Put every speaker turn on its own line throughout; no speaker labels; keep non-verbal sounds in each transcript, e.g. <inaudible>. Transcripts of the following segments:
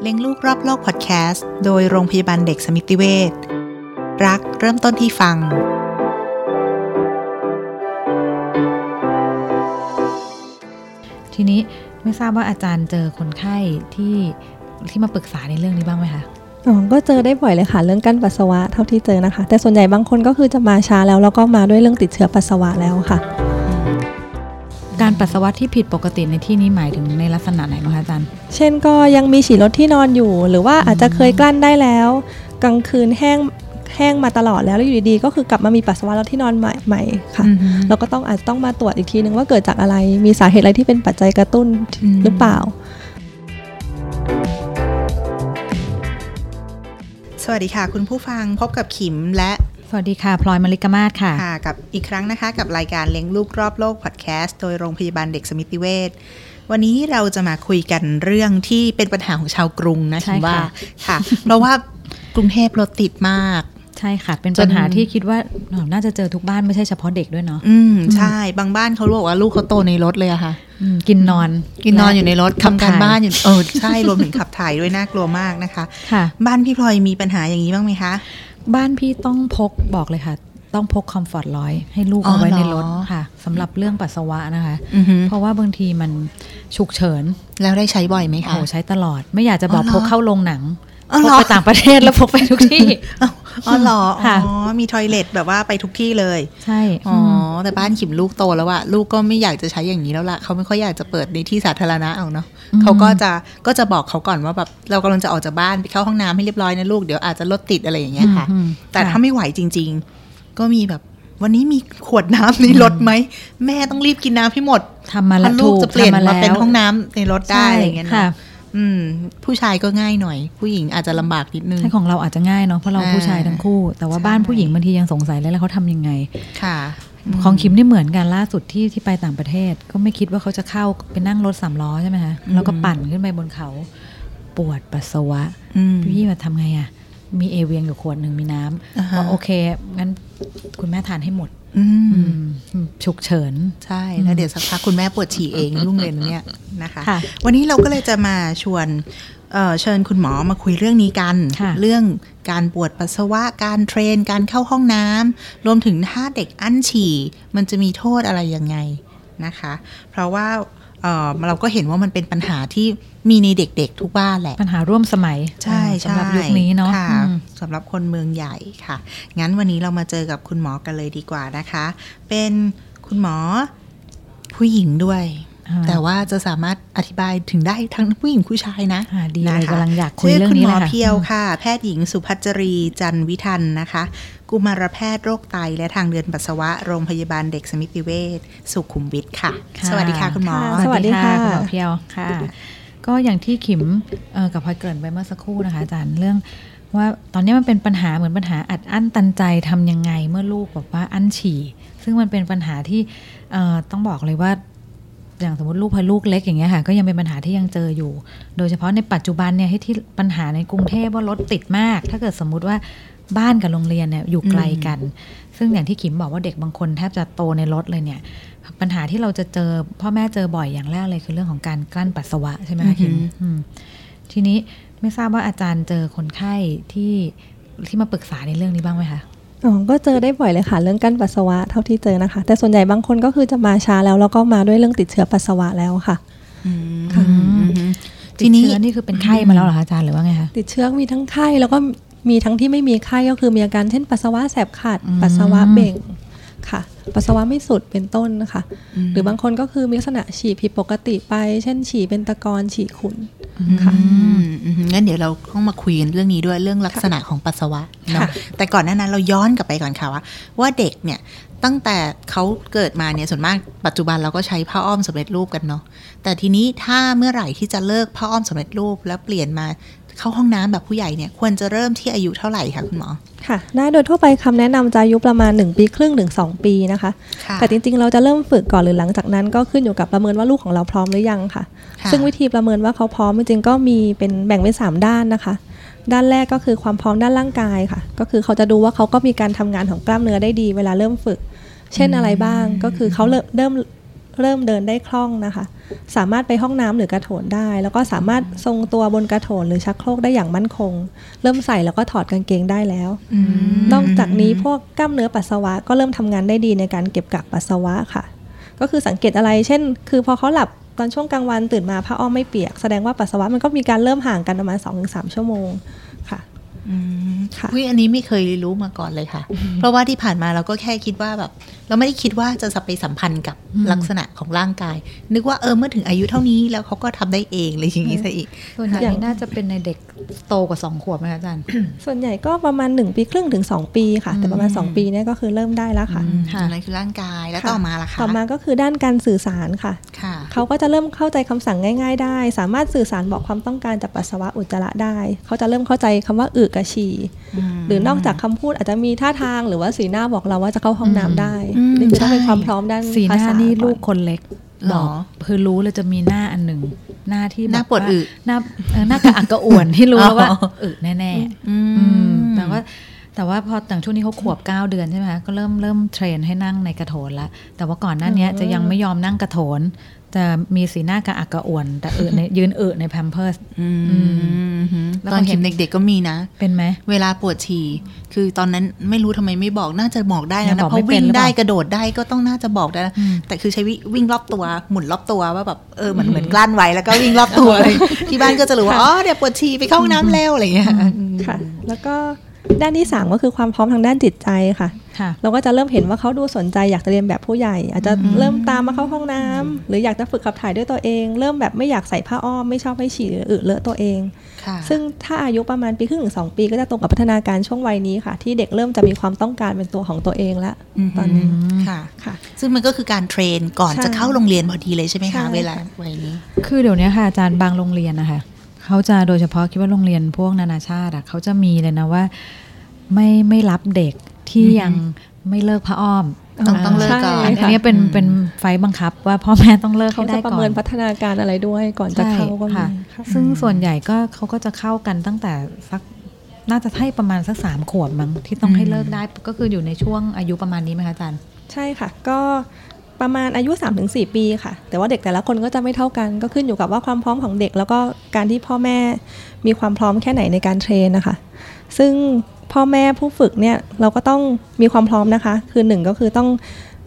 เลี้ยงลูกรอบโลกพอดแคสต์โดยโรงพยาบาลเด็กสมิติเวชรักเริ่มต้นที่ฟัง
ทีนี้ไม่ทราบว่าอาจารย์เจอคนไข้ที่ที่มาปรึกษาในเรื่องนี้บ้างไหมคะ
อ๋อก็เจอได้บ่อยเลยค่ะ เรื่องกั้นปัสสาวะเท่าที่เจอนะคะ แต่ส่วนใหญ่บางคนก็คือจะมาช้าแล้วแล้วก็มาด้วยเรื่องติดเชื้อปัสสาวะแล้วค่ะ
การปัสสาวะที่ผิดปกติในที่นี้หมายถึงในลักษณะไหนบ้างคะอาจารย์
เช่นก็ยังมีฉี่รถที่นอนอยู่ หรือว่าอาจจะเคยกลั้นได้แล้ว กลางคืนแห้งแห้งมาตลอดแล้วแล้วอยู่ดีๆ ก็คือกลับมามีปัสสาวะแล้วที่นอนใหม่ใหม่ค่ะเราก็ต้องอาจจะต้องมาตรวจอีกทีนึงว่าเกิดจากอะไรมีสาเหตุอะไรที่เป็นปัจจัยกระตุ้น
อืม
หรือเปล่า
สวัสดีค่ะ คุณผู้ฟังพบกับขิมและ
สวัสดีค่ะพลอยมลิกามาศค่ะ
ค่ะกับอีกครั้งนะคะ กับรายการเลี้ยงลูกรอบโลกพอดแคสต์โดยโรงพยาบาลเด็กสมิติเวชวันนี้เราจะมาคุยกันเรื่องที่เป็นปัญหาของชาวกรุงนะ
ใช่
คิมว่า
ค่ะ
ค่ะ เพราะว่ากรุงเทพรถติดมาก
ใช่ค่ะ เป็น
จน
ปัญหาที่คิดว่าเอ่อน่าจะเจอทุกบ้านไม่ใช่เฉพาะเด็กด้วยเนาะ
อืมใช่บางบ้านเขาบอกว่าลูกเขาโตในรถเลยอะค่ะ
อืมกินนอน
กินนอนอยู่ในรถ
และ
ทำการ
ถ่ย
บ้านอยู่เออใช่รวมถึงขับถ่ายด้วยน่ากลัวมากนะคะ
ค่ะ
บ้านพี่พลอยมีปัญหาอย่างนี้บ้างไหมคะ
บ้านพี่ต้องพกบอกเลยค่ะ ต้องพกคอมฟอร์ตร้อยให้ลูกเอาไว้
อ๋อเหรอ
ในรถค่ะสำหรับเรื่องปัสสาวะนะคะ
อือฮึ
เพราะว่าบางทีมันฉุกเฉิน
แล้วได้ใช้บ่อยไหม
โอ้
คะ
โหใช้ตลอด ไม่อยากจะบอ
อ๋
ก
อเหรอ
พกเข้าโรงหนัง
อ๋อเห
พ
ร
ก
อ
ไปต่างประเทศแล้วพกไปทุกที่
อ๋อเหรอ
ค่ะ
อ๋อมีทอยเลทแบบว่าไปทุกที่เลย
ใช่
อ๋ออแต่บ้านขิมลูกโตแล้วอะลูกก็ไม่อยากจะใช้อย่างนี้แล้วละเขาไม่ค่อยอยากจะเปิดในที่สาธารณะเอาเนาะ
ม
เขาก็จะก็จะบอกเขาก่อนว่าแบบเรากำลังจะออกจากบ้านไปเข้าห้องน้ำให้เรียบร้อยนะลูกเดี๋ยวอาจจะรถติดอะไรอย่างเงี้ยค่ะ
อืม
แต่
ค่ะ
ถ้าไม่ไหวจริง ๆ ก็มีแบบ วันนี้มีขวดน้ำในรถไหมแม่ต้องรีบกินน้ำให้หมด
ทำมาแล้
ถ้าว ลูกจะเปลี่ยน
ทำ
มาเป็น
แล้ว
ห้องน้ำในรถได้อะไรอย่างเงี้ย
ค่ะ
เนาะอืม ผู้ชายก็ง่ายหน่อย ผู้หญิงอาจจะลำบากนิดนึง
ใช่ของเราอาจจะง่ายเนาะเพราะเรา
อ่า
ผู้ชายทั้งคู่ แต่ว่า
ใช่
บ้านผู้หญิงบางทียังสงสัยเลยแล้วเขาทำยังไง
ค่ะ
ของคิมนี่เหมือนกันล่าสุดที่ที่ไปต่างประเทศ ก็ไม่คิดว่าเขาจะเข้าไปนั่งรถสามล้อใช่ไหมคะแล้วก็ปั่นขึ้นไปบนเขา ปวดปัสสาวะ
อืม
พี่มาทำไงอะมีเอเวียงอยู่ขวดหนึ่งมีน้
อ่า
ำ
ฮะ
บอกโอเคงั้นคุณแม่ทานให้หมด
อืม
อืมฉุกเฉิน
ใช่แล้วเดี๋ยวสักพักคุณแม่ปวดฉี่เองรุ่งเรียน
<laughs>
เนี่ยนะคะ
ค่ะ
วันนี้เราก็เลยจะมาชวนเอ่อเชิญคุณหมอมาคุยเรื่องนี้กัน
ค่ะ
เรื่องการปวดปัสสาวะการเทรน การเข้าห้องน้ำรวมถึงถ้าเด็กอั้นฉี่ มันจะมีโทษอะไรยังไงนะคะ เพราะว่าเอ่อเราก็เห็นว่ามันเป็นปัญหาที่มีในเด็กๆทุกบ้านแหละ
ปัญหาร่วมสมัย
ใช่
สำ
ใช่
หรับยุคนี้เนาะ
ค่ะ
อืม
สำหรับคนเมืองใหญ่ค่ะ งั้นวันนี้เรามาเจอกับคุณหมอกันเลยดีกว่านะคะ เป็นคุณหมอผู้หญิงด้วย
อ่า
แต่ว่าจะสามารถอธิบายถึงได้ทั้งผู้หญิงผู้ชายนะ
อ่าดีเลย
นะคะ
กำลังอยากคุย
ชื่อ
เรื่อง
คุณ
นี้
หม
เล
อย
ค่ะ
เพียวค่ะ แพทย์หญิงสุพัชรีจันวิทันนะคะ กุมารแพทย์โรคไตและทางเดินปัสสาวะโรงพยาบาลเด็กสมิติเวชสุขุมวิทค่ะ
ค่ะ
สวัสดีค่ะคุณหมอ
สวัสดีค่ะ
คุณหมอเพียวค่ะ ก็อย่างที่ขิมเอ่อกับพลอยเกริ่นไปเมื่อสักครู่นะคะอาจารย์เรื่อง ว่าตอนนี้มันเป็นปัญหาเหมือนปัญหาอัดอั้นตันใจทำยังไงเมื่อลูกแบบว่าอั้นฉี่ ซึ่งมันเป็นปัญหาที่เอ่อต้องบอกเลยว่า อย่างสมมติลูกพอลูกเล็กอย่างเงี้ยค่ะ ก็ยังเป็นปัญหาที่ยังเจออยู่ โดยเฉพาะในปัจจุบันเนี่ยให้ที่ปัญหาในกรุงเทพว่ารถติดมาก ถ้าเกิดสมมุติว่าบ้านกับโรงเรียนเนี่ยอยู่ไกลกัน ซึ่งอย่างที่ขิมบอกว่าเด็กบางคนแทบจะโตในรถเลยเนี่ย ปัญหาที่เราจะเจอพ่อแม่เจอบ่อยอย่างแรกเลยคือเรื่องของการกลั้นปัสสาวะใช่ไหมคะคิม
อือหือ
อืมทีนี้ไม่ทราบว่าอาจารย์เจอคนไข้ที่ที่มาปรึกษาในเรื่องนี้บ้างไหมคะ
อ๋อก็เจอได้บ่อยเลยค่ะ เรื่องกั้นปัสสาวะเท่าที่เจอนะคะ แต่ส่วนใหญ่บางคนก็คือจะมาช้าแล้วแล้วก็มาด้วยเรื่องติดเชื้อปัสสาวะแล้วค่ะ
อืม
ค่ะ
อืม
ติ
ที
ด
นี้
เชื้อนี่คือเป็นไข้มาแล้วเหรอคะอาจารย์หรือว่าไงคะ
ติดเชื้อมีทั้งไข้แล้วก็มีทั้งที่ไม่มีไข้ก็คือมีอาการเช่นปัสสาวะแสบขัด
อืม
ปัสสาวะเบ่งค่ะ ปัสสาวะไม่สุดเป็นต้นนะคะ หรือบางคนก็คือมีลักษณะฉี่ผิดปกติไป เช่นฉี่เป็นตะกอนฉี่ขุ่น ค่ะ
อื
อื
ม
มอืมงั้นเดี๋ยวเราต้องมาคุยกันเรื่องนี้ด้วยเรื่องลักษณะของปัสสาวะเนาะ
ค่ะ
แต่ก่อนหน้านั้นเราย้อนกลับไปก่อนค่ะว่าว่าเด็กเนี่ยตั้งแต่เขาเกิดมาเนี่ยส่วนมากปัจจุบันเราก็ใช้ผ้าอ้อมสำเร็จรูปกันเนาะแต่ทีนี้ถ้าเมื่อไหร่ที่จะเลิกผ้าอ้อมสำเร็จรูป แล้วเปลี่ยนมาเข้าห้องน้ำแบบผู้ใหญ่เนี่ยควรจะเริ่มที่อายุเท่าไหร่คะคุณหมอ
ค่ะ ได้โดยทั่วไปคำแนะนำจะอายุประมาณ 1 ปีครึ่งถึง2ปีนะคะ
ค่ะ
แต่จริงๆ เราจะเริ่มฝึกก่อนหรือหลังจากนั้นก็ขึ้นอยู่กับประเมินว่าลูกของเราพร้อมหรือยังค่ะ
ค่ะ
ซึ่งวิธีประเมินว่าเขาพร้อมจริงๆ ก็มีเป็นแบ่งเป็นสามด้านนะคะ ด้านแรกก็คือความพร้อมด้านร่างกายค่ะ ก็คือเขาจะดูว่าเขาก็มีการทำงานของกล้ามเนื้อได้ดี เวลาเริ่มฝึก เช่นอะไรบ้าง ก็คือเขาเริ่มเริ่ม เริ่มเดินได้คล่องนะคะ สามารถไปห้องน้ำหรือกระโถนได้ แล้วก็สามารถทรงตัวบนกระโถนหรือชักโครกได้อย่างมั่นคง เริ่มใส่แล้วก็ถอดกางเกงได้แล้ว
ม
นอกจากนี้พวกกล้ามเนื้อปัสสาวะก็เริ่มทำงานได้ดีในการเก็บกักปัสสาวะค่ะ ก็คือสังเกตอะไร เช่น คือพอเขาหลับตอนช่วงกลางวันตื่นมาผ้าอ้อมไม่เปียก แสดงว่าปัสสาวะมันก็มีการเริ่มห่างกันประมาณ 2-3 ชั่วโมงค่ะ
อืม
ค่ะ
อุ๊ยอันนี้ไม่เคยรู้มาก่อนเลยค่ะ เพราะว่าที่ผ่านมาเราก็แค่คิดว่าแบบ เราไม่ได้คิดว่าจะไปสัมพันธ์กับ
อืม
ลักษณะของร่างกาย นึกว่าเออเมื่อถึงอายุเท่านี้แล้วเขาก็ทำได้เองเลยอย่างนี้ซะอีก
ส่วนใหญ่
อย่าง
น่าจะเป็นในเด็กโตกว่าสองขวบนะคะอาจารย์
ส่วนใหญ่ก็ประมาณ 1 ปีครึ่งถึง 2 ปีค่ะ แต่ประมาณ 2 ปีเนี่ยก็คือเริ่มได้แล้วค่ะ
อืมอันนั้นคือร่างกายแล้ว
ค่ะ
ต่อมาล่ะคะ
ต่อมาก็คือด้านการสื่อสารค่ะ
ค่ะ
เขาก็จะเริ่มเข้าใจคำสั่งง่าย ๆ ได้ สามารถสื่อสารบอกความต้องการจากปัสสาวะอุจจาระได้ เขาจะเริ่มเข้าใจคำว่าอึกระฉี่ หรือนอกจากคำพูดอาจจะมีท่าทางหรือว่าสีหน้าบอกเราว่าจะเข้าห้องน้ำได้
อืม
นี่คือต้องเป็น
ใช่
ความพร้อมด้าน
สีห
ภา
น้า
ษา
นี่
ก่
ลู
อก
คนเล็ก
หร
บอ
อ
กคือรู้เลยจะมีหน้าอันหนึ่งหน้าที่แบบ
หน้าปวดอึ
หน้าเออหน้ากระอักกระอ่วนที่รู้แล้วว่า
อ๋อ
อึแน่ๆ
อืม
อืมแต่ว่าแต่ว่าพอต่างช่วงนี้เขาขวบ 9 เดือนใช่ไหมคะก็เริ่มเริ่มเทรนให้นั่งในกระโถนละแต่ว่าก่อนหน้าเนี้ยจะยังไม่ยอมนั่งกระโถน จะมีสีหน้ากระอักกระอ่วน แต่เออใน ยืนเออในแพมเพิร์ส
อืม
อืแล้ว
ตอน
ก็เห็
เห็
น
นเด็กๆก็มีนะ
เป็นไหม
เวลาปวดฉี่ คือตอนนั้นไม่รู้ทำไมไม่บอกน่าจะบอกได้แล้ว
ยัง
นะ
บอก
เพ
ไม่
ราะ
เป็น
วิ่ง
หรือเปล่า
ได้กระโดดได้ก็ต้องน่าจะบอกได้นะ
อืม
แต่คือใช้วิวิ่งรอบตัวหมุนรอบตัวว่าแบบเออเหมือนเหมือนกลั้นไว้แล้วก็วิ่งรอบตัวเลย <laughs> ที่บ้านก็จะรู้ว่าอ๋อเดี๋ยวปวดฉี่ไปเข้าห้องน้ำแล้วอะไรอย่างเงี้ย
ค่ะ แล้วก็ด้านที่สามก็คือความพร้อมทางด้านจิตใจค่ะ
ค่ะ
เราก็จะเริ่มเห็นว่าเขาดูสนใจอยากจะเรียนแบบผู้ใหญ่ อาจจะเริ่มตามมาเข้าห้องน้ำหรืออยากจะฝึกขับถ่ายด้วยตัวเอง เริ่มแบบไม่อยากใส่ผ้าอ้อมไม่ชอบให้ฉี่หรืออึเลอะตัวเอง
ค่ะ
ซึ่งถ้าอายุประมาณปีครึ่งถึงสองปีก็จะตรงกับพัฒนาการช่วงวัยนี้ค่ะ ที่เด็กเริ่มจะมีความต้องการเป็นตัวของตัวเองแล้วตอนนี้
มค่ะ
ค่ะ
ซึ่งมันก็คือการเทรนก่อน
ใช่
จะเข้าโรงเรียนพอดีเลยใช่ไหม
ใช่
คะ
ค่ะ
เวลาวัยนี้
คือเดี๋ยวนี้ค่ะอาจารย์บางโรงเรียนนะคะเขาจะโดยเฉพาะคิดว่าโรงเรียนพวกนานาชาติอะเขาจะมีเลยนะว่าไม่ไม่รับเด็กที่
อือฮึ
ยังไม่เลิกผ้าอ้อม
ต้องต้องเลิกก่อน
อัน
ใช่
อัน
ค่ะ
เนี้ยเป็น
อืม
เป็นไฟบังคับว่าพ่อแม่ต้องเลิก
เขา
ให้
จะ
ได้
ประ
ก่อ
เมิน
น
พัฒนาการอะไรด้วยก่อนจะเข้าก็มี
ใช่ค่ะ
ค่ะ
ซึ่งส่วนใหญ่ก็เขาก็จะเข้ากันตั้งแต่สักน่าจะให้ประมาณสักสามขวบมั้งที่ต้องให้เลิกได้ก็คืออยู่ในช่วงอายุประมาณนี้ไหมคะอาจารย์
ใช่ค่ะ ก็ประมาณอายุ 3-4 ปีค่ะ แต่ว่าเด็กแต่ละคนก็จะไม่เท่ากัน ก็ขึ้นอยู่กับว่าความพร้อมของเด็ก แล้วก็การที่พ่อแม่มีความพร้อมแค่ไหนในการเทรนนะคะ ซึ่งพ่อแม่ผู้ฝึกเนี่ยเราก็ต้องมีความพร้อมนะคะ คือหนึ่งก็คือต้อง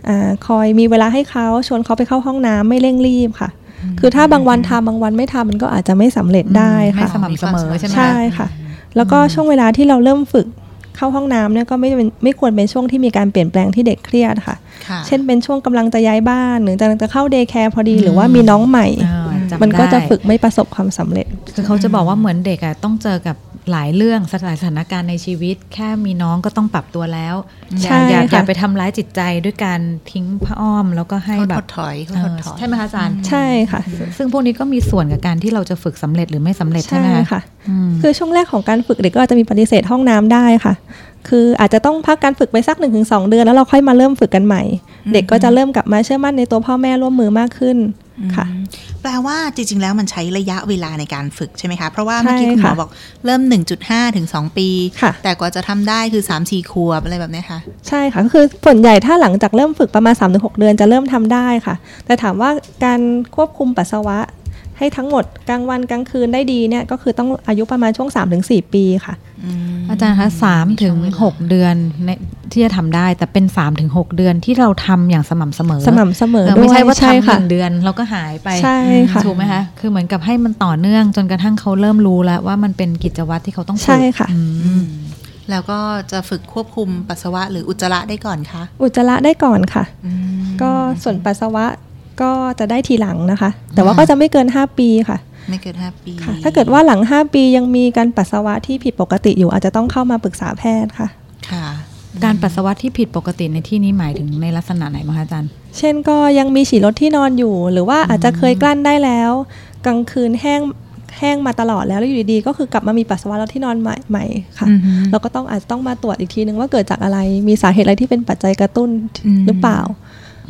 อาคอยมีเวลาให้เขาชวนเขาไปเข้าห้องน้ำไม่เร่งรีบค่ะ คือถ้าบางวันทำบางวันไม่ทำมันก็อาจจะไม่สำเร็จได้ค่ะ
ไม่สม่ำเสมอใช่ไหมคะ
ใช่ค่ะ แล้วก็ช่วงเวลาที่เราเริ่มฝึกเข้าห้องน้ำเนี่ยก็ไม่เป็นไม่ควรเป็นช่วงที่มีการเปลี่ยนแปลงที่เด็กเครียดค่ะ
ค่ะ
เช่นเป็นช่วงกำลังจะย้ายบ้าน หรือกำลังจะเข้าเดย์แคร์พอดี หรือว่ามีน้องใหม่
อ่าจำ
มันก็จะ
ได้
ฝึกไม่ประสบความสำเร็จ
คือเขาจะบอกว่าเหมือนเด็กอะต้องเจอกับหลายเรื่องสถานการณ์ในชีวิต แค่มีน้องก็ต้องปรับตัวแล้วอ
ใช่
ย่าอย่า
ค่ะ
อย่าไปทำร้ายจิตใจด้วยการทิ้งผ้าอ้อมแล้วก็ให้แบ
เขาถ
บ
ดถอยเขา
เอ่
ถ
อ
ดถอย
ใช่ไหมคะอาจารย์
ใช่ค่ะ
ซึ่งพวกนี้ก็มีส่วนกับการที่เราจะฝึกสำเร็จหรือไม่สำเร็จใช่
ใช่
ไหมคะ
ค่ะ
อืม
คือช่วงแรกของการฝึกเด็กก็อาจจะมีปฏิเสธห้องน้ำได้ค่ะ คืออาจจะต้องพักการฝึกไปสัก 1-2 เดือนแล้วเราค่อยมาเริ่มฝึกกันใหม่ เด็กก็จะเริ่มกลับมาเชื่อมั่นในตัวพ่อแม่ร่วมมือมากขึ้นค่ะ
อืมแปลว่าจริง ๆ แล้วมันใช้ระยะเวลาในการฝึกใช่ไหมคะ เพราะว่าเมื่อกี้
ใช่
คุณหมอ
ค่ะ
บอกเริ่ม 1.5 ถึง 2 ปี
ค่ะ
แต่กว่าจะทำได้คือ 3 4 ขวบอะไรแบบเนี้ยค่ะ
ใช่ค่ะก็คือส่วนใหญ่ถ้าหลังจากเริ่มฝึกประมาณ 3-6 เดือนจะเริ่มทำได้ค่ะ แต่ถามว่าการควบคุมปัสสาวะ ให้ทั้งหมดกลางวันกลางคืนได้ดีเนี่ยก็คือต้องอายุประมาณช่วง 3-4 ปีค่ะ
อืม
อาจารย์คะสามถึงหกเดือนในที่จะทำได้ แต่เป็นสามถึงหกเดือนที่เราทำอย่างสม่ำเสมอ
สม่ำเสมอ
เออ
ด้วย
ไม่ใช่ว่า
ใช่
ทำห
ค่ะ
นึ่งเดือนแล้วก็หายไป
ใช่ค่ะ
ถูกไหมคะคือเหมือนกับให้มันต่อเนื่องจนกระทั่งเขาเริ่มรู้แล้วว่ามันเป็นกิจวัตรที่เขาต้องฝึก
ใช่ค่ะ
อื
อื
ม
มแล้วก็จะฝึกควบคุมปัสสาวะหรืออุจจาระได้ก่อนคะ
อุจจาระได้ก่อนค่ะ
อืม
ก็ส่วนปัสสาวะก็จะได้ทีหลังนะคะ แต่ว่าก็จะไม่เกิน 5 ปีค่ะ
ไม่เกิน 5 ปี
ค่ะ ถ้าเกิดว่าหลัง 5 ปียังมีการปัสสาวะที่ผิดปกติอยู่อาจจะต้องเข้ามาปรึกษาแพทย์ค่ะ
ค่ะ
การปัสสาวะที่ผิดปกติในที่นี้หมายถึงในลักษณะไหนมางคะอาจารย์
เช่นก็ยังมีฉี่รถที่นอนอยู่ หรือว่าอาจจะเคยกลั้นได้แล้ว กลางคืนแห้งแห้งมาตลอดแล้วแล้วอยู่ดีๆ ก็คือกลับมามีปัสสาวะรถที่นอนใหม่ใหม่ค่ะ
อือฮึ
เราก็ต้องอาจจะต้องมาตรวจอีกทีนึงว่าเกิดจากอะไรมีสาเหตุอะไรที่เป็นปัจจัยกระตุ้น
อืม
หรือเปล่า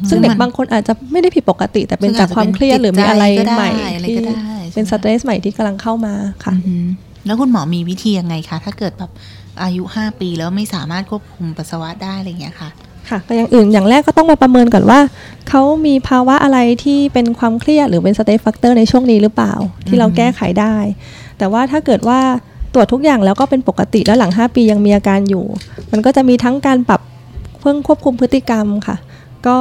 ซึ่งเด็
มั
ก
น
บางคนอาจจะไม่ได้ผิดปกติ แต่เป็นจากความเครียดหรือมีอะไรใหม่
อาจจะเป็น
ที่
จิตใจก็ได้อะไรก็ได้
เป็น
ใช่ไหม
สเตรสใหม่ที่กำลังเข้ามาค่ะ
อือหือแล้วคุณหมอมีวิธียังไงคะ ถ้าเกิดแบบอายุ 5 ปีแล้วไม่สามารถควบคุมปัสสาวะได้อะไรอย่างเงี้ยค่ะ
ค่ะก็อย่างอื่นอย่างแรกก็ต้องมาประเมินก่อนว่า เขามีภาวะอะไรที่เป็นความเครียดหรือเป็นสเตทแฟกเตอร์ในช่วงนี้หรือเปล่า ที่เราแก้ไขได้ แต่ว่าถ้าเกิดว่าตรวจทุกอย่างแล้วก็เป็นปกติแล้วหลัง 5 ปียังมีอาการอยู่ มันก็จะมีทั้งการปรับเพื่อควบคุมพฤติกรรมค่ะ ก็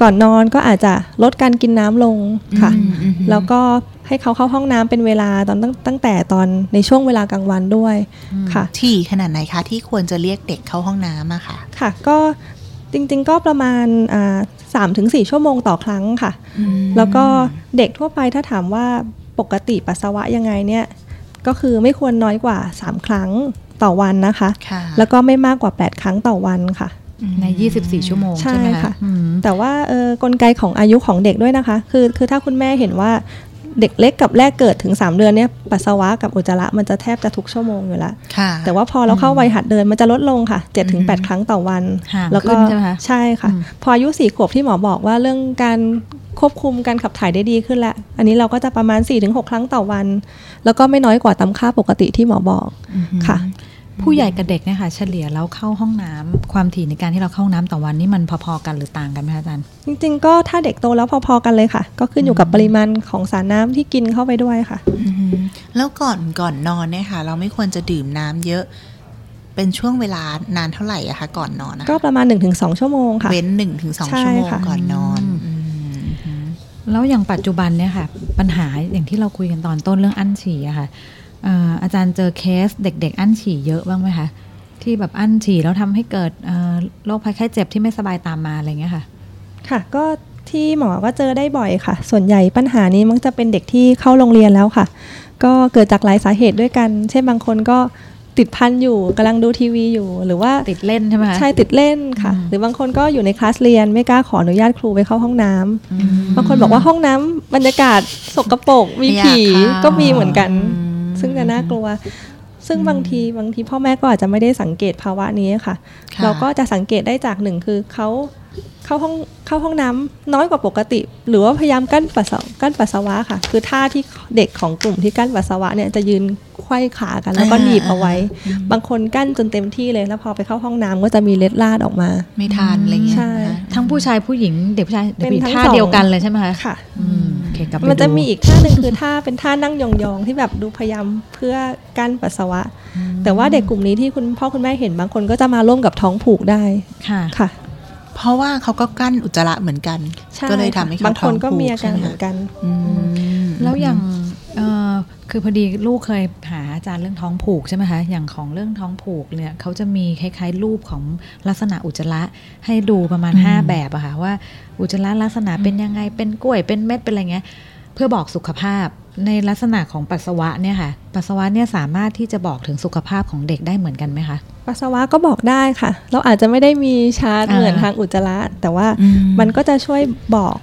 ก่อนนอนก็อาจจะลดการกินน้ำลงค่ะ
อืมอืม
แล้วก็ให้เขาเข้าห้องน้ำเป็นเวลาตอนตั้งตั้งแต่ตอนในช่วงเวลากลางวันด้วยค่ะ
ถี่ขนาดไหนคะ ที่ควรจะเรียกเด็กเข้าห้องน้ำอะค่ะ
ค่ะก็จริงๆก็ประมาณสามถึงสี่ชั่วโมงต่อครั้งค่ะ แล้วก็เด็กทั่วไปถ้าถามว่าปกติปัสสาวะยังไงเนี่ยก็คือไม่ควรน้อยกว่า 3 ครั้งต่อวันนะคะ
ค่ะ
แล้วก็ไม่มากกว่า 8 ครั้งต่อวันค่ะ
ใน 24 ชั่วโมง
ใช่
ใช่ไหม
ค่ะ
อืม
แต่ว่าเอ่อกลไกของอายุของเด็กด้วยนะคะ คือคือถ้าคุณแม่เห็นว่าเด็กเล็กกับแรกเกิดถึง 3 เดือนเนี่ยปัสสาวะกับอุจจาระมันจะแทบจะทุกชั่วโมงอยู่แล้ว
ค่ะ
แต่ว่าพอเราเข้าวัยหัดเดินมันจะลดลงค่ะ 7-8ถึง
อืม
ครั้งต่อวัน
ห่าง
แล้วก็
ขึ้นใช่ไหมคะ
ใช่ค่ะ
อืม
พออายุสี่ขวบที่หมอบอกว่าเรื่องการควบคุมการขับถ่ายได้ดีขึ้นละอันนี้เราก็จะประมาณ 4-6 ครั้งต่อวัน แล้วก็ไม่น้อยกว่าตามค่าปกติที่หมอบอกค่ะ
ผู้ใหญ่กับเด็กเนี่ยค่ะเฉลี่ยแล้วเข้าห้องน้ำความถี่ในการที่เราเข้าห้องน้ำต่อวันนี่มันพอๆกันหรือต่างกันไหมคะอาจารย์
จริงๆ ก็ถ้าเด็กโตแล้วพอๆกันเลยค่ะ ก็ขึ้นอยู่กับปริมาณของสารน้ำที่กินเข้าไปด้วยค่ะ
อือหือแล้วก่อนก่อนนอนเนี่ยค่ะ เราไม่ควรจะดื่มน้ำเยอะ เป็นช่วงเวลานานเท่าไหร่อะคะก่อนนอนนะคะ
ก็ประมาณ 1-2 ชั่วโมงค่ะ
เว้นหนึ่งถึงสอง
ใช่
ชั่วโมง
ค่ะ
ก่อนนอน
อืม
อืมอืม
แล้วอย่างปัจจุบันเนี่ยค่ะปัญหาอย่างที่เราคุยกันตอนต้นเรื่องอั้นฉี่อะค่ะเอ่ออาจารย์เจอเคสเด็ก ๆ อั้นฉี่เยอะบ้างไหมคะที่แบบอั้นฉี่แล้วทำให้เกิดเอ่อโรคภัยไข้เจ็บที่ไม่สบายตามมาอะไรเงี้ยค่ะ
ค่ะ ก็ที่หมอก็เจอได้บ่อยค่ะ ส่วนใหญ่ปัญหานี้มักจะเป็นเด็กที่เข้าโรงเรียนแล้วค่ะ ก็เกิดจากหลายสาเหตุด้วยกัน เช่นบางคนก็ติดพันอยู่กำลังดูทีวีอยู่หรือว่า
ติดเล่นใช่ไหมคะ
ใช่ติดเล่นค่ะ
อืม
หรือบางคนก็อยู่ในคลาสเรียนไม่กล้าขออนุญาตครูไปเข้าห้องน้ำ
อืม
บางคนบอกว่าห้องน้ำบรรยากาศสกปรกมีผี
ไอยาเข้า
ก็มีเหมือนกัน
ม
ซึ่งจะน่ากลัว ซึ่งบางทีบางทีพ่อแม่ก็อาจจะไม่ได้สังเกตภาวะนี้ค่ะ
ค่ะ
เราก็จะสังเกตได้จากหนึ่งคือเขาเข้าห้องเข้าห้องน้ำน้อยกว่าปกติ หรือว่าพยายามกั้นปัสสาวะกั้นปัสสาวะค่ะ คือท่าที่เด็กของกลุ่มที่กั้นปัสสาวะเนี่ยจะยืนไขว้ขากันแล้วก็หนีบเอาไว้ บางคนกั้นจนเต็มที่เลยแล้วพอไปเข้าห้องน้ำก็จะมีเล็ดลาดออกมา
ไม่ทานอะไรเงี้ย
ใช่
นะคะ
ทั้งผู้ชายผู้หญิงเด็กผู้ชายเด็กผู้หญิง
เป็นทั้ง
ท่า
สอง
เดียวกันเลยใช่ไหมคะ
ค่ะ
อืมโอเคกลับไป
มันจะ
ดู
มีอีกท่าหนึ่งคือ <laughs> ท่าเป็นท่านั่งยองๆที่แบบดูพยายามเพื่อกั้นปัสสาวะ
อืม
แต่ว่าเด็กกลุ่มนี้ที่คุณพ่อคุณแม่เห็นบางคนก็จะมาร่วมกับท้องผูกได้
ค่ะ
ค่ะ
เพราะว่าเขาก็กั้นอุจจาระเหมือนกัน
ใช่
ก็เลยทำให้เขา
บางคน
ท้
ก็
องผูก
มีอาการ
ใช่ไหมคะ
เหมือนกัน
อืม
แล้วอย่างเอ่อคือพอดีลูกเคยหาอาจารย์เรื่องท้องผูกใช่ไหมคะอย่างของเรื่องท้องผูกเนี่ยเขาจะมีคล้ายๆรูปของลักษณะอุจจาระให้ดูประมาณ
อืม
5 แบบอะค่ะว่าอุจจาระลักษณะเป็นยังไงเป็นกล้วยเป็นเม็ดเป็นอะไรเงี้ยเพื่อบอกสุขภาพในลักษณะของปัสสาวะเนี่ยค่ะปัสสาวะเนี่ยสามารถที่จะบอกถึงสุขภาพของเด็กได้เหมือนกันไหมคะ
ปัสสาวะก็บอกได้ค่ะ เราอาจจะไม่ได้มีชาร์จ
อ่า
เหมือนทางอุจจาระแต่ว่า
อื
มันก็จะช่วยบอก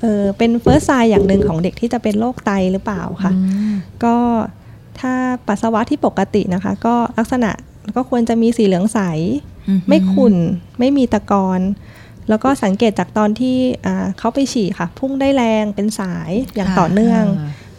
เออเป็นเฟิร์สไซน์อย่างหนึ่งของเด็กที่จะเป็นโรคไตหรือเปล่าค่ะ
อืม
ก็ถ้าปัสสาวะที่ปกตินะคะ ก็ลักษณะก็ควรจะมีสีเหลืองใส
อื
ไม่ขุ่นไม่มีตะกอนแล้วก็สังเกตจากตอนที่อ่าเขาไปฉี่ค่ะ พุ่งได้แรงเป็นสายอย่าง
ค่ะ
ต่อเนื่อง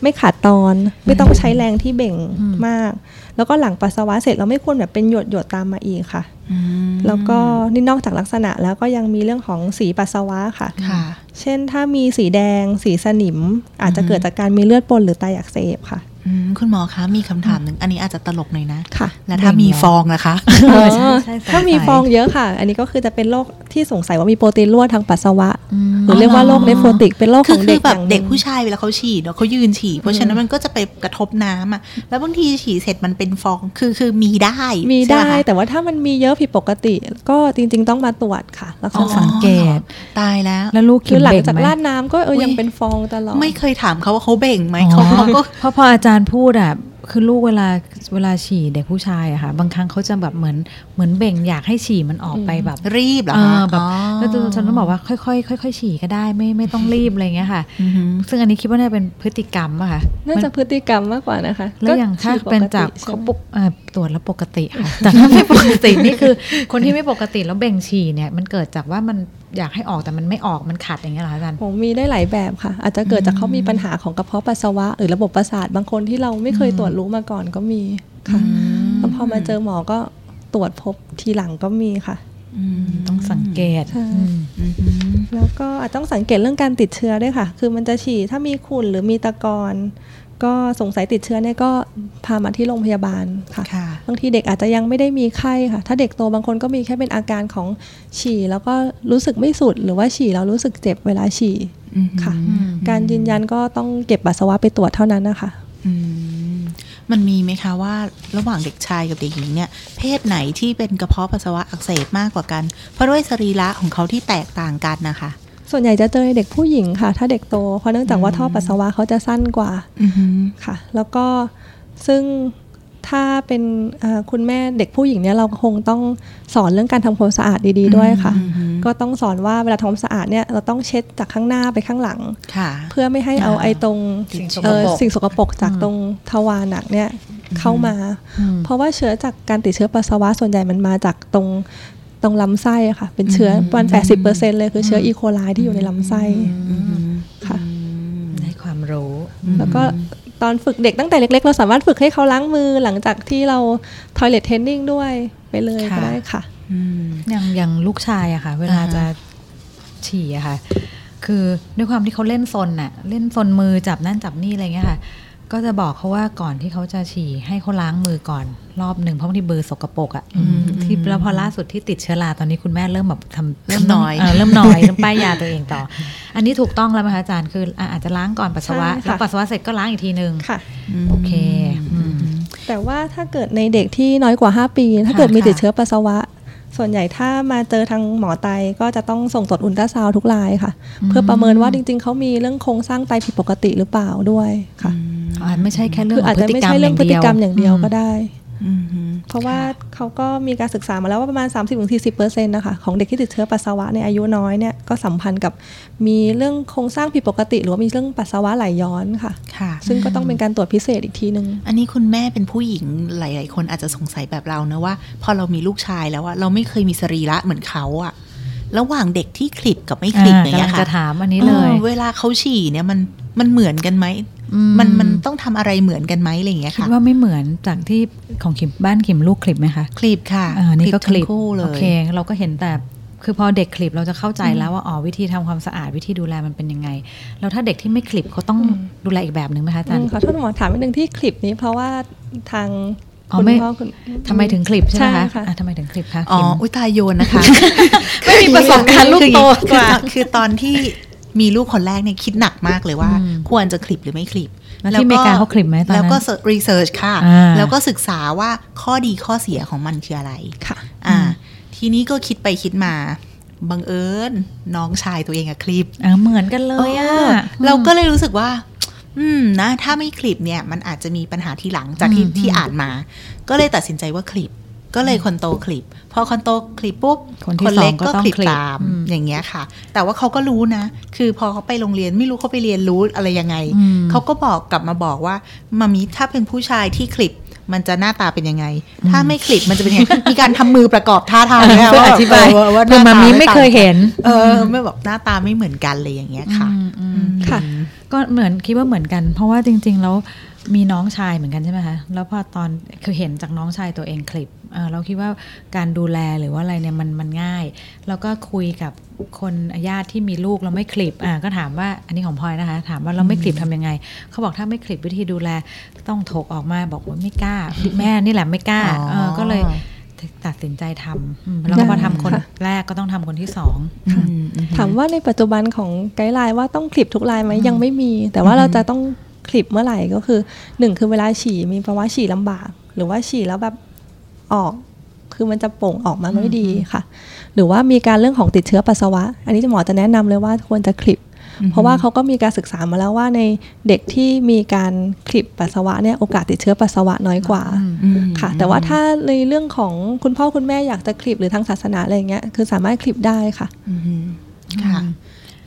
ไม่ขาดตอนไม่ต้องใช้แรงที่เบ่ง
อืม
มาก แล้วก็หลังปัสสาวะเสร็จเราไม่ควรแบบเป็นหยดหยดๆตามมาอีกค่ะ
อืม
แล้วก็นี่นอกจากลักษณะแล้วก็ยังมีเรื่องของสีปัสสาวะค่ะ
ค่ะ
เช่นถ้ามีสีแดง สีสนิม อาจจะเกิดจากการมีเลือดปนหรือไตอักเสบค่ะ
อืมคุณหมอคะมีคำถามหนึ่งอันนี้อาจจะตลกหน่อยนะ
ค่ะ
แล้วถ้ามีฟองนะคะ
เออใช่ใช่สงสัย
ถ้ามีฟองเยอะค่ะ อันนี้ก็คือจะเป็นโรคที่สงสัยว่ามีโปรตีนรั่วทางปัสสาวะ
อืม
หรือเรียกว่าโรคเนฟโฟติกเป็นโรค
คื
ข
อ
อง
คื
เด็
อกแบบ
อย่างหนึ่ง
เด็กผู้ชายเวลาเขาฉี่เนาะเขายืนฉี่ เพราะฉะนั้นมันก็จะไปกระทบน้ำอ่ะ แล้วบางทีฉี่เสร็จมันเป็นฟองคือคือมีได้
มีได้
ใช่ปะคะ
แต่ว่าถ้ามันมีเยอะผิดปกติ ก็จริง ๆ ต้องมาตรวจค่ะลักษ
ต้อง
ณะ
สังเกต
ตายแล้ว
แล้วลูก
คื
กิ
อนหลัง
เบ่ง
จาก
ไหม
ราดน้ำก็เอออ
ม
ยังเป็นฟองตลอด
ไม่เคยถามเขาว่าเขาเบ่งไหม
อ๋อ
เขาเขาก็
เพราะพออาจารย์พูดอ่ะคือลูกเวลาเวลาฉี่เด็กผู้ชายอะค่ะ บางครั้งเขาจะแบบเหมือนเหมือนเบ่งอยากให้ฉี่มันออกไปแบบ
รีบเหรอ
เอ
คะ
อแบบ
อ๋อ
แล้วจนต้องบอกว่าค่อยๆค่อยๆฉี่ก็ได้ไม่ไม่ต้องรีบอะไรเงี้ยค่ะ
อือหือ
ซึ่งอันนี้คิดว่าน่าจะเป็นพฤติกรรมอะค่ะ
น่าจะพฤติกรรมมากกว่านะคะ
แล้วอย่างถ้า
ฉีด
เป็นจาก
ปติใช่
เขา
ไหม
ปกเอ่อตรวจแล้วปกติค่ะ <laughs> แต่ถ้าไม่ปกตินี่คือ คนที่ไม่ปกติแล้วเบ่งฉี่เนี่ยมันเกิดจากว่ามันอยากให้ออกแต่มันไม่ออกมันขัดอย่างเงี้ยเหรอคะอาจารย์
ผมมีได้หลายแบบค่ะ อาจจะเกิดจากเขามีปัญหาของกระเพาะปัสสาวะ หรือระบบประสาทบางคนที่เราไม่เคยตรวจรู้มาก่อนก็มีค่ะแล้วพอมาเจอหมอก็ตรวจพบทีหลังก็มีค่ะ
ต้องสังเกต
ใช่
อืม
อืม
แล้วก็อาจต้องสังเกตเรื่องการติดเชื้อด้วยค่ะ คือมันจะฉี่ถ้ามีขุ่นหรือมีตะกอนก็สงสัยติดเชื้อเนี่ยก็พามาที่โรงพยาบาลค่ะ
ค่ะ
บางทีเด็กอาจจะยังไม่ได้มีไข้ค่ะ ถ้าเด็กโตบางคนก็มีแค่เป็นอาการของฉี่แล้วก็รู้สึกไม่สุดหรือว่าฉี่แล้วรู้สึกเจ็บเวลาฉี่
อืม
ค่ะ
อืม
การยืนยันก็ต้องเก็บปัสสาวะไปตรวจเท่านั้นนะคะ
อืมมันมีไหมคะว่าระหว่างเด็กชายกับเด็กหญิงเนี่ย เพศไหนที่เป็นกระเพาะปัสสาวะอักเสบมากกว่ากัน เพราะด้วยสรีระของเขาที่แตกต่างกันนะคะ
ส่วนใหญ่จะเจอในเด็กผู้หญิงค่ะ ถ้าเด็กโตเพราะเนื่องจากว่าท่อปัสสาวะเขาจะสั้นกว่า
อือหือ
ค่ะแล้วก็ซึ่งถ้าเป็นเอ่อคุณแม่เด็กผู้หญิงเนี่ยเราก็คงต้องสอนเรื่องการทำความสะอาดดีๆด้วยค่ะ
อืมอืม
ก็ต้องสอนว่าเวลาทำความสะอาดเนี่ยเราต้องเช็ดจากข้างหน้าไปข้างหลัง
ค่ะ
เพื่อไม่ให้เอา
อ่า
ไอ้ตรง
สิ่งสกปรก
เอ่อสิ่งสกปรกจากตรงทวารหนักเนี่ยเข้ามา
อืม
เพราะว่าเชื้อจากการติดเชื้อปัสสาวะส่วนใหญ่มันมาจากตรงตรงลำไส้อะค่ะ เป็นเชื้อประมาณ80%เลยคือเชื้ออีโคไลที่อยู่ในลำไส้
อือหือ
ค่ะ
ได้ความรู้
แล้วก็ตอนฝึกเด็กตั้งแต่เล็ก ๆ เราสามารถฝึกให้เขาล้างมือหลังจากที่เราทอยเลทเทนนิ่งด้วยไปเลยก็
ค่ะ
ได้ค่ะ
อืม
อย่างอย่างลูกชายอะค่ะ เวลา
อ่าฮะ
จะฉี่อะค่ะ คือด้วยความที่เขาเล่นซนน่ะ เล่นซนมือจับนั่นจับนี่อะไรเงี้ยค่ะ ก็จะบอกเขาว่าก่อนที่เขาจะฉี่ให้เขาล้างมือก่อนรอบหนึ่งเพราะบางทีเบอร์สกปรกอะ
อืม
ที่แล้วพอล่าสุดที่ติดเชื้อราตอนนี้คุณแม่เริ่มแบบทำ
เริ่มน้อย
เเริ่มน้
<laughs>
อยเริ่มป้ายยาตัวเองต่อ อันนี้ถูกต้องแล้วไหมคะอาจารย์คืออ่ะอาจจะล้างก่อนปัสสาวะ
ใช่ค่ะ
แล้วปัสสาวะเสร็จก็ล้างอีกทีนึง
ค่ะ
โอเคอืม
แต่ว่าถ้าเกิดในเด็กที่น้อยกว่า 5 ปี ถ้าเกิด
ค่ะ
มีติด
ค่ะ
เชื้อปัสสาวะ ส่วนใหญ่ถ้ามาเจอทางหมอไตก็จะต้องส่งตรวจอุลตราซาวด์ทุกรายค่ะ เพื่อประเมินว่าจริง ๆ เขามีเรื่องโครงสร้างไตผิดปกติหรือเปล่าด้วยค่ะ
อ่ะไม่ใช่แค่เรื่อ
คื
ง
ออาจ
ข
จะ
ง
ไม่ใช่เรื่องพฤติกรรมอย่างเดียวก็ได้
อือหือ
เพราะว่าเขาก็มีการศึกษามาแล้วว่าประมาณ 30-40%นะคะของเด็กที่ติดเชื้อปัสสาวะในอายุน้อยเนี่ยก็สัมพันธ์กับมีเรื่องโครงสร้างผิดปกติ หรือว่ามีเรื่องปัสสาวะไหลย้อนค่ะ
ค่ะ
ซึ่งก็ต้องเป็นการตรวจพิเศษอีกทีนึง
อันนี้คุณแม่เป็นผู้หญิงหลาย ๆ คนอาจจะสงสัยแบบเรานะว่า พอเรามีลูกชายแล้วอะเราไม่เคยมีสรีระเหมือนเขาอะระหว่างเด็กที่คลิปกับไม่คลิป
อ่ะ
อย่างเงี้
กำ
ย
ลัง
ค่ะ
จะถามอันนี้เลย
ออเวลาเขาฉี่เนี่ยมันมันเหมือนกันไหม
อืม
มันมันต้องทำอะไรเหมือนกันไหมอะไรอย่างเงี้ย
คิด
ค่ะ
ว่าไม่เหมือนจากที่ของขิมบ้านขิมลูกคลิปไหมคะ
คลิปค่ะ
เออนี่ก็คลิป
ทั้งคู่เล
โอย เค เราก็เห็นแต่คือพอเด็กคลิปเราจะเข้าใจแล้วว่าอ๋อวิธีทำความสะอาดวิธีดูแลมันเป็นยังไง แล้วถ้าเด็กที่ไม่คลิปเขาต้องดูแลอีกแบบหนึ่งไหมคะอาจาร
อื
ย์
มขอโทษหมอถามนิดนึงที่คลิปนี้เพราะว่าทาง
อ๋อ
คุณ
ไม่
พ่อคุณ
ทำไมถึงคลิปใช่ไหมคะ
ใช่ค่ะ
อ่ะทำไมถึงคลิปคะ
อ๋อ
ขิม
อุ้ยตายโยนนะคะ
<laughs> ไม่มีประสบการณ์ลูกโตกว่า
คือคือคือตอนที่มีลูกคนแรกเนี่ยคิดหนักมากเลยว่า
อืม
ควรจะคลิปหรือไม่คลิป
แล้วที่อเมริกาเขาคลิปไหมตอนนั้น
แล้วก็รีเสิร์ชค่ะ
อ่า
แล้วก็ศึกษาว่าข้อดีข้อเสียของมันคืออะไร
ค่ะ
อ่า ทีนี้ก็คิดไปคิดมาบังเอิญน้องชายตัวเองอะคลิป
อ่ะเหมือนกันเลยอ่ะ
เออ
ม
เราก็เลยรู้สึกว่า อืมนะ ถ้าไม่คลิปเนี่ย มันอาจจะมีปัญหาทีหลังจากที่
อืม
ที่อ่านมา ก็เลยตัดสินใจว่าคลิป ก็เลยคนโตคลิป พอคนโตคลิปปุ๊บ
คนที่
คน
สอ
เล็
ง
ก
ก็
ก็
ต้อง
คลิป
คลิป
ตาม
อืม
อย่างเงี้ยค่ะ แต่ว่าเขาก็รู้นะ คือพอเขาไปโรงเรียนไม่รู้เขาไปเรียนรู้อะไรยังไง
อืม
เขาก็บอกกลับมาบอกว่ามามีถ้าเป็นผู้ชายที่คลิปมันจะหน้าตาเป็นยังไง ถ้าไม่คลิปมันจะเป็นยังไง มีการทำมือประกอบท่าทาง
เพื่
ด้ว
ออธิบาย
เออว่าห
คือ
น้า
มา
ตา
มีไม่เคยเห็น
เออไม่บอกหน้าตาไม่เหมือนกันเลยอย่างเงี้ยค่ะ
อืมอืม
ค่ะ
ก็เหมือนคิดว่าเหมือนกัน เพราะว่าจริง ๆ แล้วมีน้องชายเหมือนกันใช่ไหมคะแล้วพอตอนคือเห็นจากน้องชายตัวเองคลิปเอ่อเราคิดว่าการดูแลหรือว่าอะไรเนี่ยมันมันง่าย แล้วก็คุยกับคนญาติที่มีลูกเราไม่คลิปอ่าก็ถามว่าอันนี้ของพลอยนะคะ ถามว่าเราไม่คลิปทำยังไง เขาบอกถ้าไม่คลิปวิธีดูแลต้องถกออกมาบอกว่าไม่กล้า แม่นี่แหละไม่กล้า
อ๋อ
เออก็เลยตัดสินใจทำอืมแล้วก็พอทำคน
ค่ะ
แรกก็ต้องทำคนที่สอง
อืมอืม
ถามว่าในปัจจุบันของไกด์ไลน์ว่าต้องคลิปทุกรายไหมยังไม่มี แต่ว่าเราจะต้องคลิปเมื่อไหร่ก็คือหนึ่งคือเวลาฉี่มีภาวะฉี่ลำบาก หรือว่าฉี่แล้วแบบออก คือมันจะโป่งออกมาไม่ดีค่ะ หรือว่ามีการเรื่องของติดเชื้อปัสสาวะ อันนี้หมอจะแนะนำเลยว่าควรจะคลิป เพราะว่าเขาก็มีการศึกษามาแล้วว่าในเด็กที่มีการคลิปปัสสาวะเนี่ยโอกาสติดเชื้อปัสสาวะน้อยกว่า
อืม
ค่ะแต่ว่าถ้าในเรื่องของคุณพ่อคุณแม่อยากจะคลิปหรือทางศาสนาอะไรอย่างเงี้ยคือสามารถคลิปได้ค่ะ
อืมค่ะ
อืม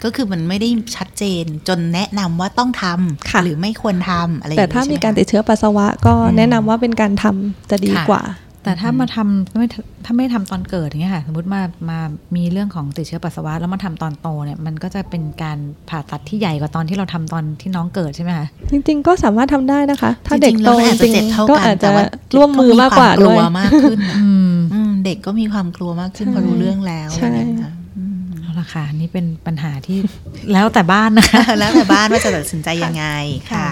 ก็คือมันไม่ได้ชัดเจนจนแนะนำว่าต้องทำ
ค่ะ
หรือไม่ควรทำอะไรอย่ง
แต่
นี้
ถ้า
ใช่ไห
มีการ
คะ
ติดเชื้อปัสสาวะก็แนะนำว่าเป็นการทำจะดี
ค่ะ
กว่า
แต่ถ้ามาทำไม่ถ้าไม่ทำตอนเกิดอย่างเงี้ยค่ะ สมมติมามามีเรื่องของติดเชื้อปัสสาวะแล้วมาทำตอนโตเนี่ยมันก็จะเป็นการผ่าตัดที่ใหญ่กว่าตอนที่เราทำตอนที่น้องเกิดใช่ไหมคะ
จริง ๆ ก็สามารถทำได้นะคะ ถ้า
จ
เด็ก
ริงๆ
โต
แล้วมันอาจ
จ
จะ
ริง
เจ็บเท่า
ๆก็
กัน
อาจจะ
แต่ว่า
ร่วมมือมากกว่า
เข
ด้วย
มากขึ้น
อืม
อืม เด็กก็มีความกลัวมากขึ้น
ใช่
พอรู้เรื่องแล้ว
ใช่
อะไรอย่างเงี้ยอืม
เอาละค่ะนี่เป็นปัญหาที่ <laughs> แล้วแต่บ้านนะคะ <laughs>
แล้วแต่บ้านว่าจะตัดสินใจยังไงค่ะ
ค่ะ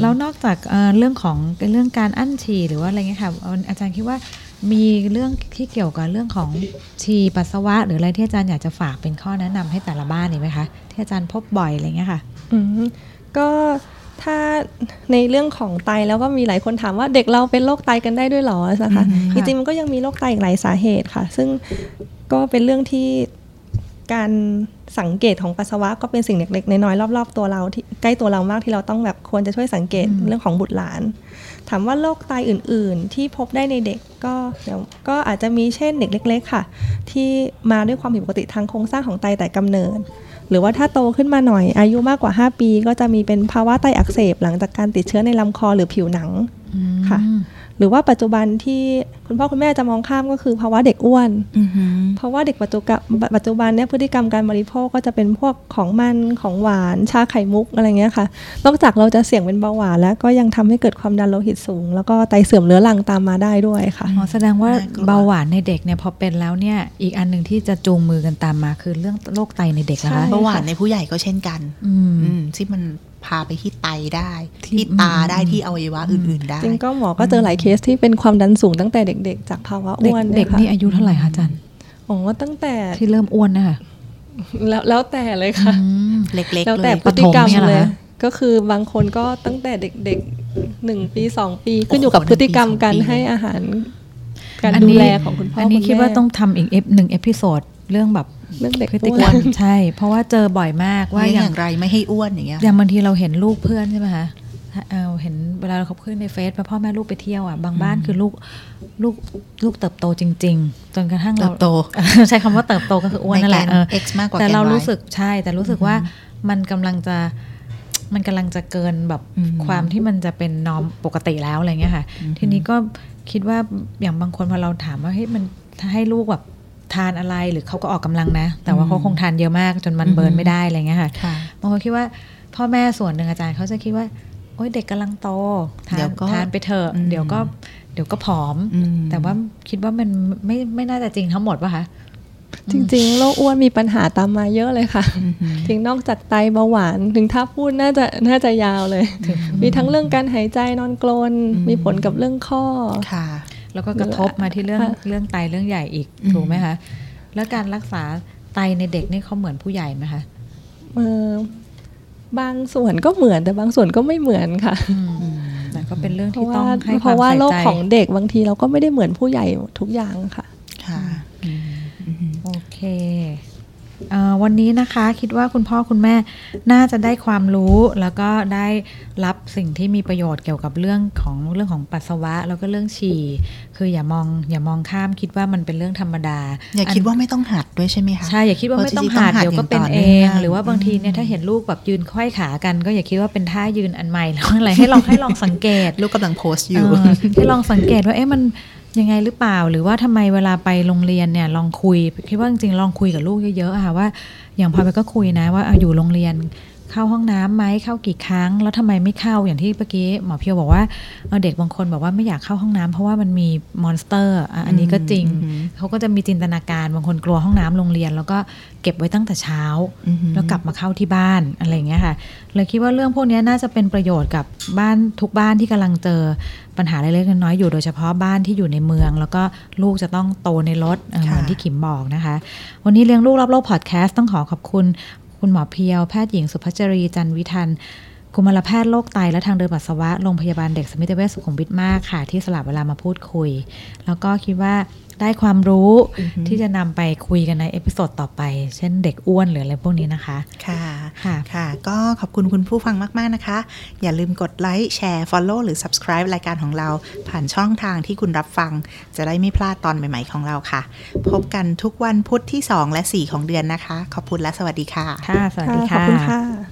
แล้วนอกจากเอ่อเรื่องของเรื่องการอั้นฉี่หรือว่าอะไรเงี้ยค่ะเอาอาจารย์คิดว่ามีเรื่องที่เกี่ยวกับเรื่องของฉี่ปัสสาวะ หรืออะไรที่อาจารย์อยากจะฝากเป็นข้อแนะนำให้แต่ละบ้านนี่ไหมคะที่อาจารย์พบบ่อยอะไรเงี้ยค่ะ
อืมก็ถ้าในเรื่องของไตแล้วก็มีหลายคนถามว่าเด็กเราเป็นโรคไตกันได้ด้วยเหรอนะคะ
อืม
จ
ค่ะ
ริงๆมันก็ยังมีโรคไตอีกหลายสาเหตุค่ะ ซึ่งก็เป็นเรื่องที่การสังเกตของปัสสาวะก็เป็นสิ่งเล็กๆน้อยๆรอบๆตัวเราที่ใกล้ตัวเรามากที่เราต้องแบบควรจะช่วยสังเกต
อืม
เรื่องของบุตรหลาน ถามว่าโรคไตอื่น ๆ ที่พบได้ในเด็กก็เดี๋ยวก็อาจจะมีเช่นเด็กเล็ก ๆ ค่ะ ที่มาด้วยความผิดปกติทางโครงสร้างของไตแต่กำเนิด หรือว่าถ้าโตขึ้นมาหน่อย อายุมากกว่า 5 ปี ก็จะมีเป็นภาวะไตอักเสบหลังจากการติดเชื้อในลำคอหรือผิวหนัง ค่ะ
อืม
หรือว่าปัจจุบันที่คุณพ่อคุณแม่จะมองข้ามก็คือภาวะเด็กอ้วน
อือหือ
เพราะว่าเด็กปัจจุกะปัจจุบันเนี่ยพฤติกรรมการบริโภคก็จะเป็นพวกของมันของหวานชาไข่มุกอะไรเงี้ยค่ะนอกจากเราจะเสี่ยงเป็นเบาหวานแล้วก็ยังทำให้เกิดความดันโลหิตสูง แล้วก็ไตเสื่อมเรื้อรังตามมาได้ด้วยค่ะ
อ๋อแสดงว่า
น่ากลัว
เบาหวานในเด็กเนี่ยพอเป็นแล้วเนี่ยอีกอันหนึ่งที่จะจูงมือกันตามมาคือเรื่องโรคไตในเด็กนะคะ
ใช่
เบาหวานในผู้ใหญ่ก็เช่นกัน
อืม
อืมที่มันพาไปที่ไตได้
ที่
ที่ตาได้
อืม
ที่อวัยวะอื่น ๆ ได้
จริงก็หมอก็เจอหลายเคสที่เป็นความดันสูงตั้งแต่เด็กๆ จากภาวะ
เด็ก
อ้วน
เด็ก
ยค่ะ
นี่อายุเท่าไหร่คะอาจารย์
โอ้ตั้งแต่
ที่เริ่มอ้วนนะคะ
แล้วแล้วแต่เลยค่ะ
อืม
เล็ก
แล้ว
ๆ เล
แต่
ย
พฤติกรรม
ปฐมเนี่ยเหร
เล
อย คะ
ก็คือบางคนก็ตั้งแต่เด็กๆหนึ่งปีสองปี ขึ้นอยู่กับ
โอ้โห
พฤติกรรมการ
หนึ่งปี
ให้อาหาร การ
อัน
ดู
นี้
แลของคุณพ่อ
อั
อน
นี้
ณ
คิดว่า
แม่
ต้องทำอีกเอฟหนึ่งเอพิโซดเรื่องแบบ
เรื่องเด็ก
พฤติ
อ้
กร
ว
ร
น
มใช่ เพราะว่าเจอบ่อยมากว่า
ว่าอย่
อา
ย่าง งไรไม่ให้อ้วนอย่างเงี้ย
อย่างบางทีเราเห็นลูกเพื่อนใช่ไหมคะเอ่อเห็นเวลาเราเขาขึ้นในเฟซพ่อแม่ลูกไปเที่ยวอ่ะบางบ้านคือลูกลูกลูกเติบโตจริง ๆ จนกระทั่งเรา
เติบโต
ใช้คำว่าเติบโตก็คืออ้วนนั่นแหละ
ใก
เออ
X มากกว่า
แต่
ก
เรา
Y
รู้สึกใช่ แต่รู้สึกว่ามันกำลังจะมันกำลังจะเกินแบบ
อืม
ความที่มันจะเป็นนอมปกติแล้วอะไรเงี้ยค่ะ
อืม
ทีนี้ก็คิดว่าอย่างบางคนพอเราถามว่าเฮ้ยมันถ้าให้ลูกแบบทานอะไรหรือเขาก็ออกกำลังนะ แต่ว่าเขาคงทานเยอะมากจนมันเบิร์นไม่ได้อะไรเงี้ยค่ะ
ค่ะ
บางคนคิดว่าพ่อแม่ส่วนหนึ่งอาจารย์เขาจะคิดว่าโอ๊ยเด็กกำลังโตทา
เดี๋
น
ยวก็
ทานไปเถอะ
อืม
เดี๋ยวก็เดี๋ยวก็ผอม
อืม
แต่ว่าคิดว่ามันไม่ไม่น่าจะจริงทั้งหมดป่ะคะ
จริงๆโรคอ้วนมีปัญหาตามมาเยอะเลยค่ะ
อือหือ
ถึงนอกจากไตเบาหวาน ถึงถ้าพูดน่าจะน่าจะยาวเลย มีทั้งเรื่องการหายใจนอนกรน
อืม
มีผลกับเรื่องข้อ
ค่ะ
แล้วก็กระทบมาที่เรื่อง
ค่ะ
เรื่องไตเรื่องใหญ่อีก
อืม
ถูกไหมคะ แล้วการรักษาไตในเด็กนี่เขาเหมือนผู้ใหญ่ไหมคะ
เออบางส่วนก็เหมือนแต่บางส่วนก็ไม่เหมือนค่ะ
อืม
แต่ก็เป็นเรื่อง
เพ
ที่
ราะ
ต้อ
ว่าง
ให้
เพ
ความ
ราะว่า
ใส่
โรค
ใจ
ของเด็กบางทีเราก็ไม่ได้เหมือนผู้ใหญ่ทุกอย่างค่ะ
ค่ะอืมอืม
โอเคเอ่อวันนี้นะคะคิดว่าคุณพ่อคุณแม่น่าจะได้ความรู้แล้วก็ได้รับสิ่งที่มีประโยชน์เกี่ยวกับเรื่องของเรื่องของปัสสาวะ แล้วก็เรื่องฉี่ คืออย่ามองอย่ามองข้ามคิดว่ามันเป็นเรื่องธรรมดา
อย่าคิดว่าไม่ต้องหัดด้วยใช่ไหมคะ
ใช่อย่าคิดว่า
เพราะ
ไม่ต้อง
จริงๆ
หา
ต้อ
ด
งหาด
เดี๋ยวก็
อย่าง
เป็น
ต่อ
เอ
เนื่
ง
อง
หรือว่าบางทีเนี่ยถ้าเห็นลูกแบบยืนค่อยขากัน ก็อย่าคิดว่าเป็นท่ายืนอันใหม่แล้วอะไรให้ลองให้ลองสังเกต
ลูกกำลังโพสต์อยู่
เออให้ลองสังเกตว่าเอ๊ะมันยังไงหรือเปล่า หรือว่าทำไมเวลาไปโรงเรียนเนี่ยลองคุยคิดว่าจริงๆลองคุยกับลูกเยอะๆอะค่ะว่า อย่างพลอยไปก็คุยนะว่าเอาอยู่โรงเรียนเข้าห้องน้ำไหมเข้ากี่ครั้ง แล้วทำไมไม่เข้าอย่างที่เมื่อกี้หมอเพียวบอกว่าเออเด็กบางคนบอกว่าไม่อยากเข้าห้องน้ำเพราะว่ามันมีมอนสเตอร์อ่ะอันนี้ก็จริง
อืม
เขาก็จะมีจินตนาการบางคนกลัวห้องน้ำโรงเรียน แล้วก็เก็บไว้ตั้งแต่เช้า
อือหือ
แล้วกลับมาเข้าที่บ้านอะไรอย่างเงี้ยค่ะเลยคิดว่าเรื่องพวกเนี้ยน่าจะเป็นประโยชน์กับบ้านทุกบ้านที่กำลังเจอปัญหาเล็กๆน้อยๆอยู่โดยเฉพาะบ้านที่อยู่ในเมือง แล้วก็ลูกจะต้องโตในรถเอ่อเหมือน
ค่ะ
ที่ขิมบอกนะคะ วันนี้เลี้ยงลูกรับโลกพอดแคสต์ต้องขอขอบคุณ คุณหมอเพียวแพทย์หญิงสุภัชรีจันทร์วิทันกุมารแพทย์โรคไตและทางเดินปัสสาวะโรงพยาบาลเด็กสมิติเวชสุขุมวิทมากค่ะ ที่สลับเวลามาพูดคุย แล้วก็คิดว่าได้ความรู้ที่จะนำไปคุยกันในเอพิโซดต่อไป เช่นเด็กอ้วนหรืออะไรพวกนี้นะคะ
ค่ะ
ค่ะ
ค่ะ ก็ขอบคุณคุณผู้ฟังมาก ๆ นะคะ อย่าลืมกดไลค์ แชร์ Follow หรือ Subscribe รายการของเรา ผ่านช่องทางที่คุณรับฟัง จะได้ไม่พลาดตอนใหม่ ๆ ของเราค่ะ พบกันทุกวันพุธที่ 2 และ 4 ของเดือนนะคะ ขอบคุณและสวัสดีค่ะ
啊
ค่ะ สวัสดี
ขอบคุณค่ะ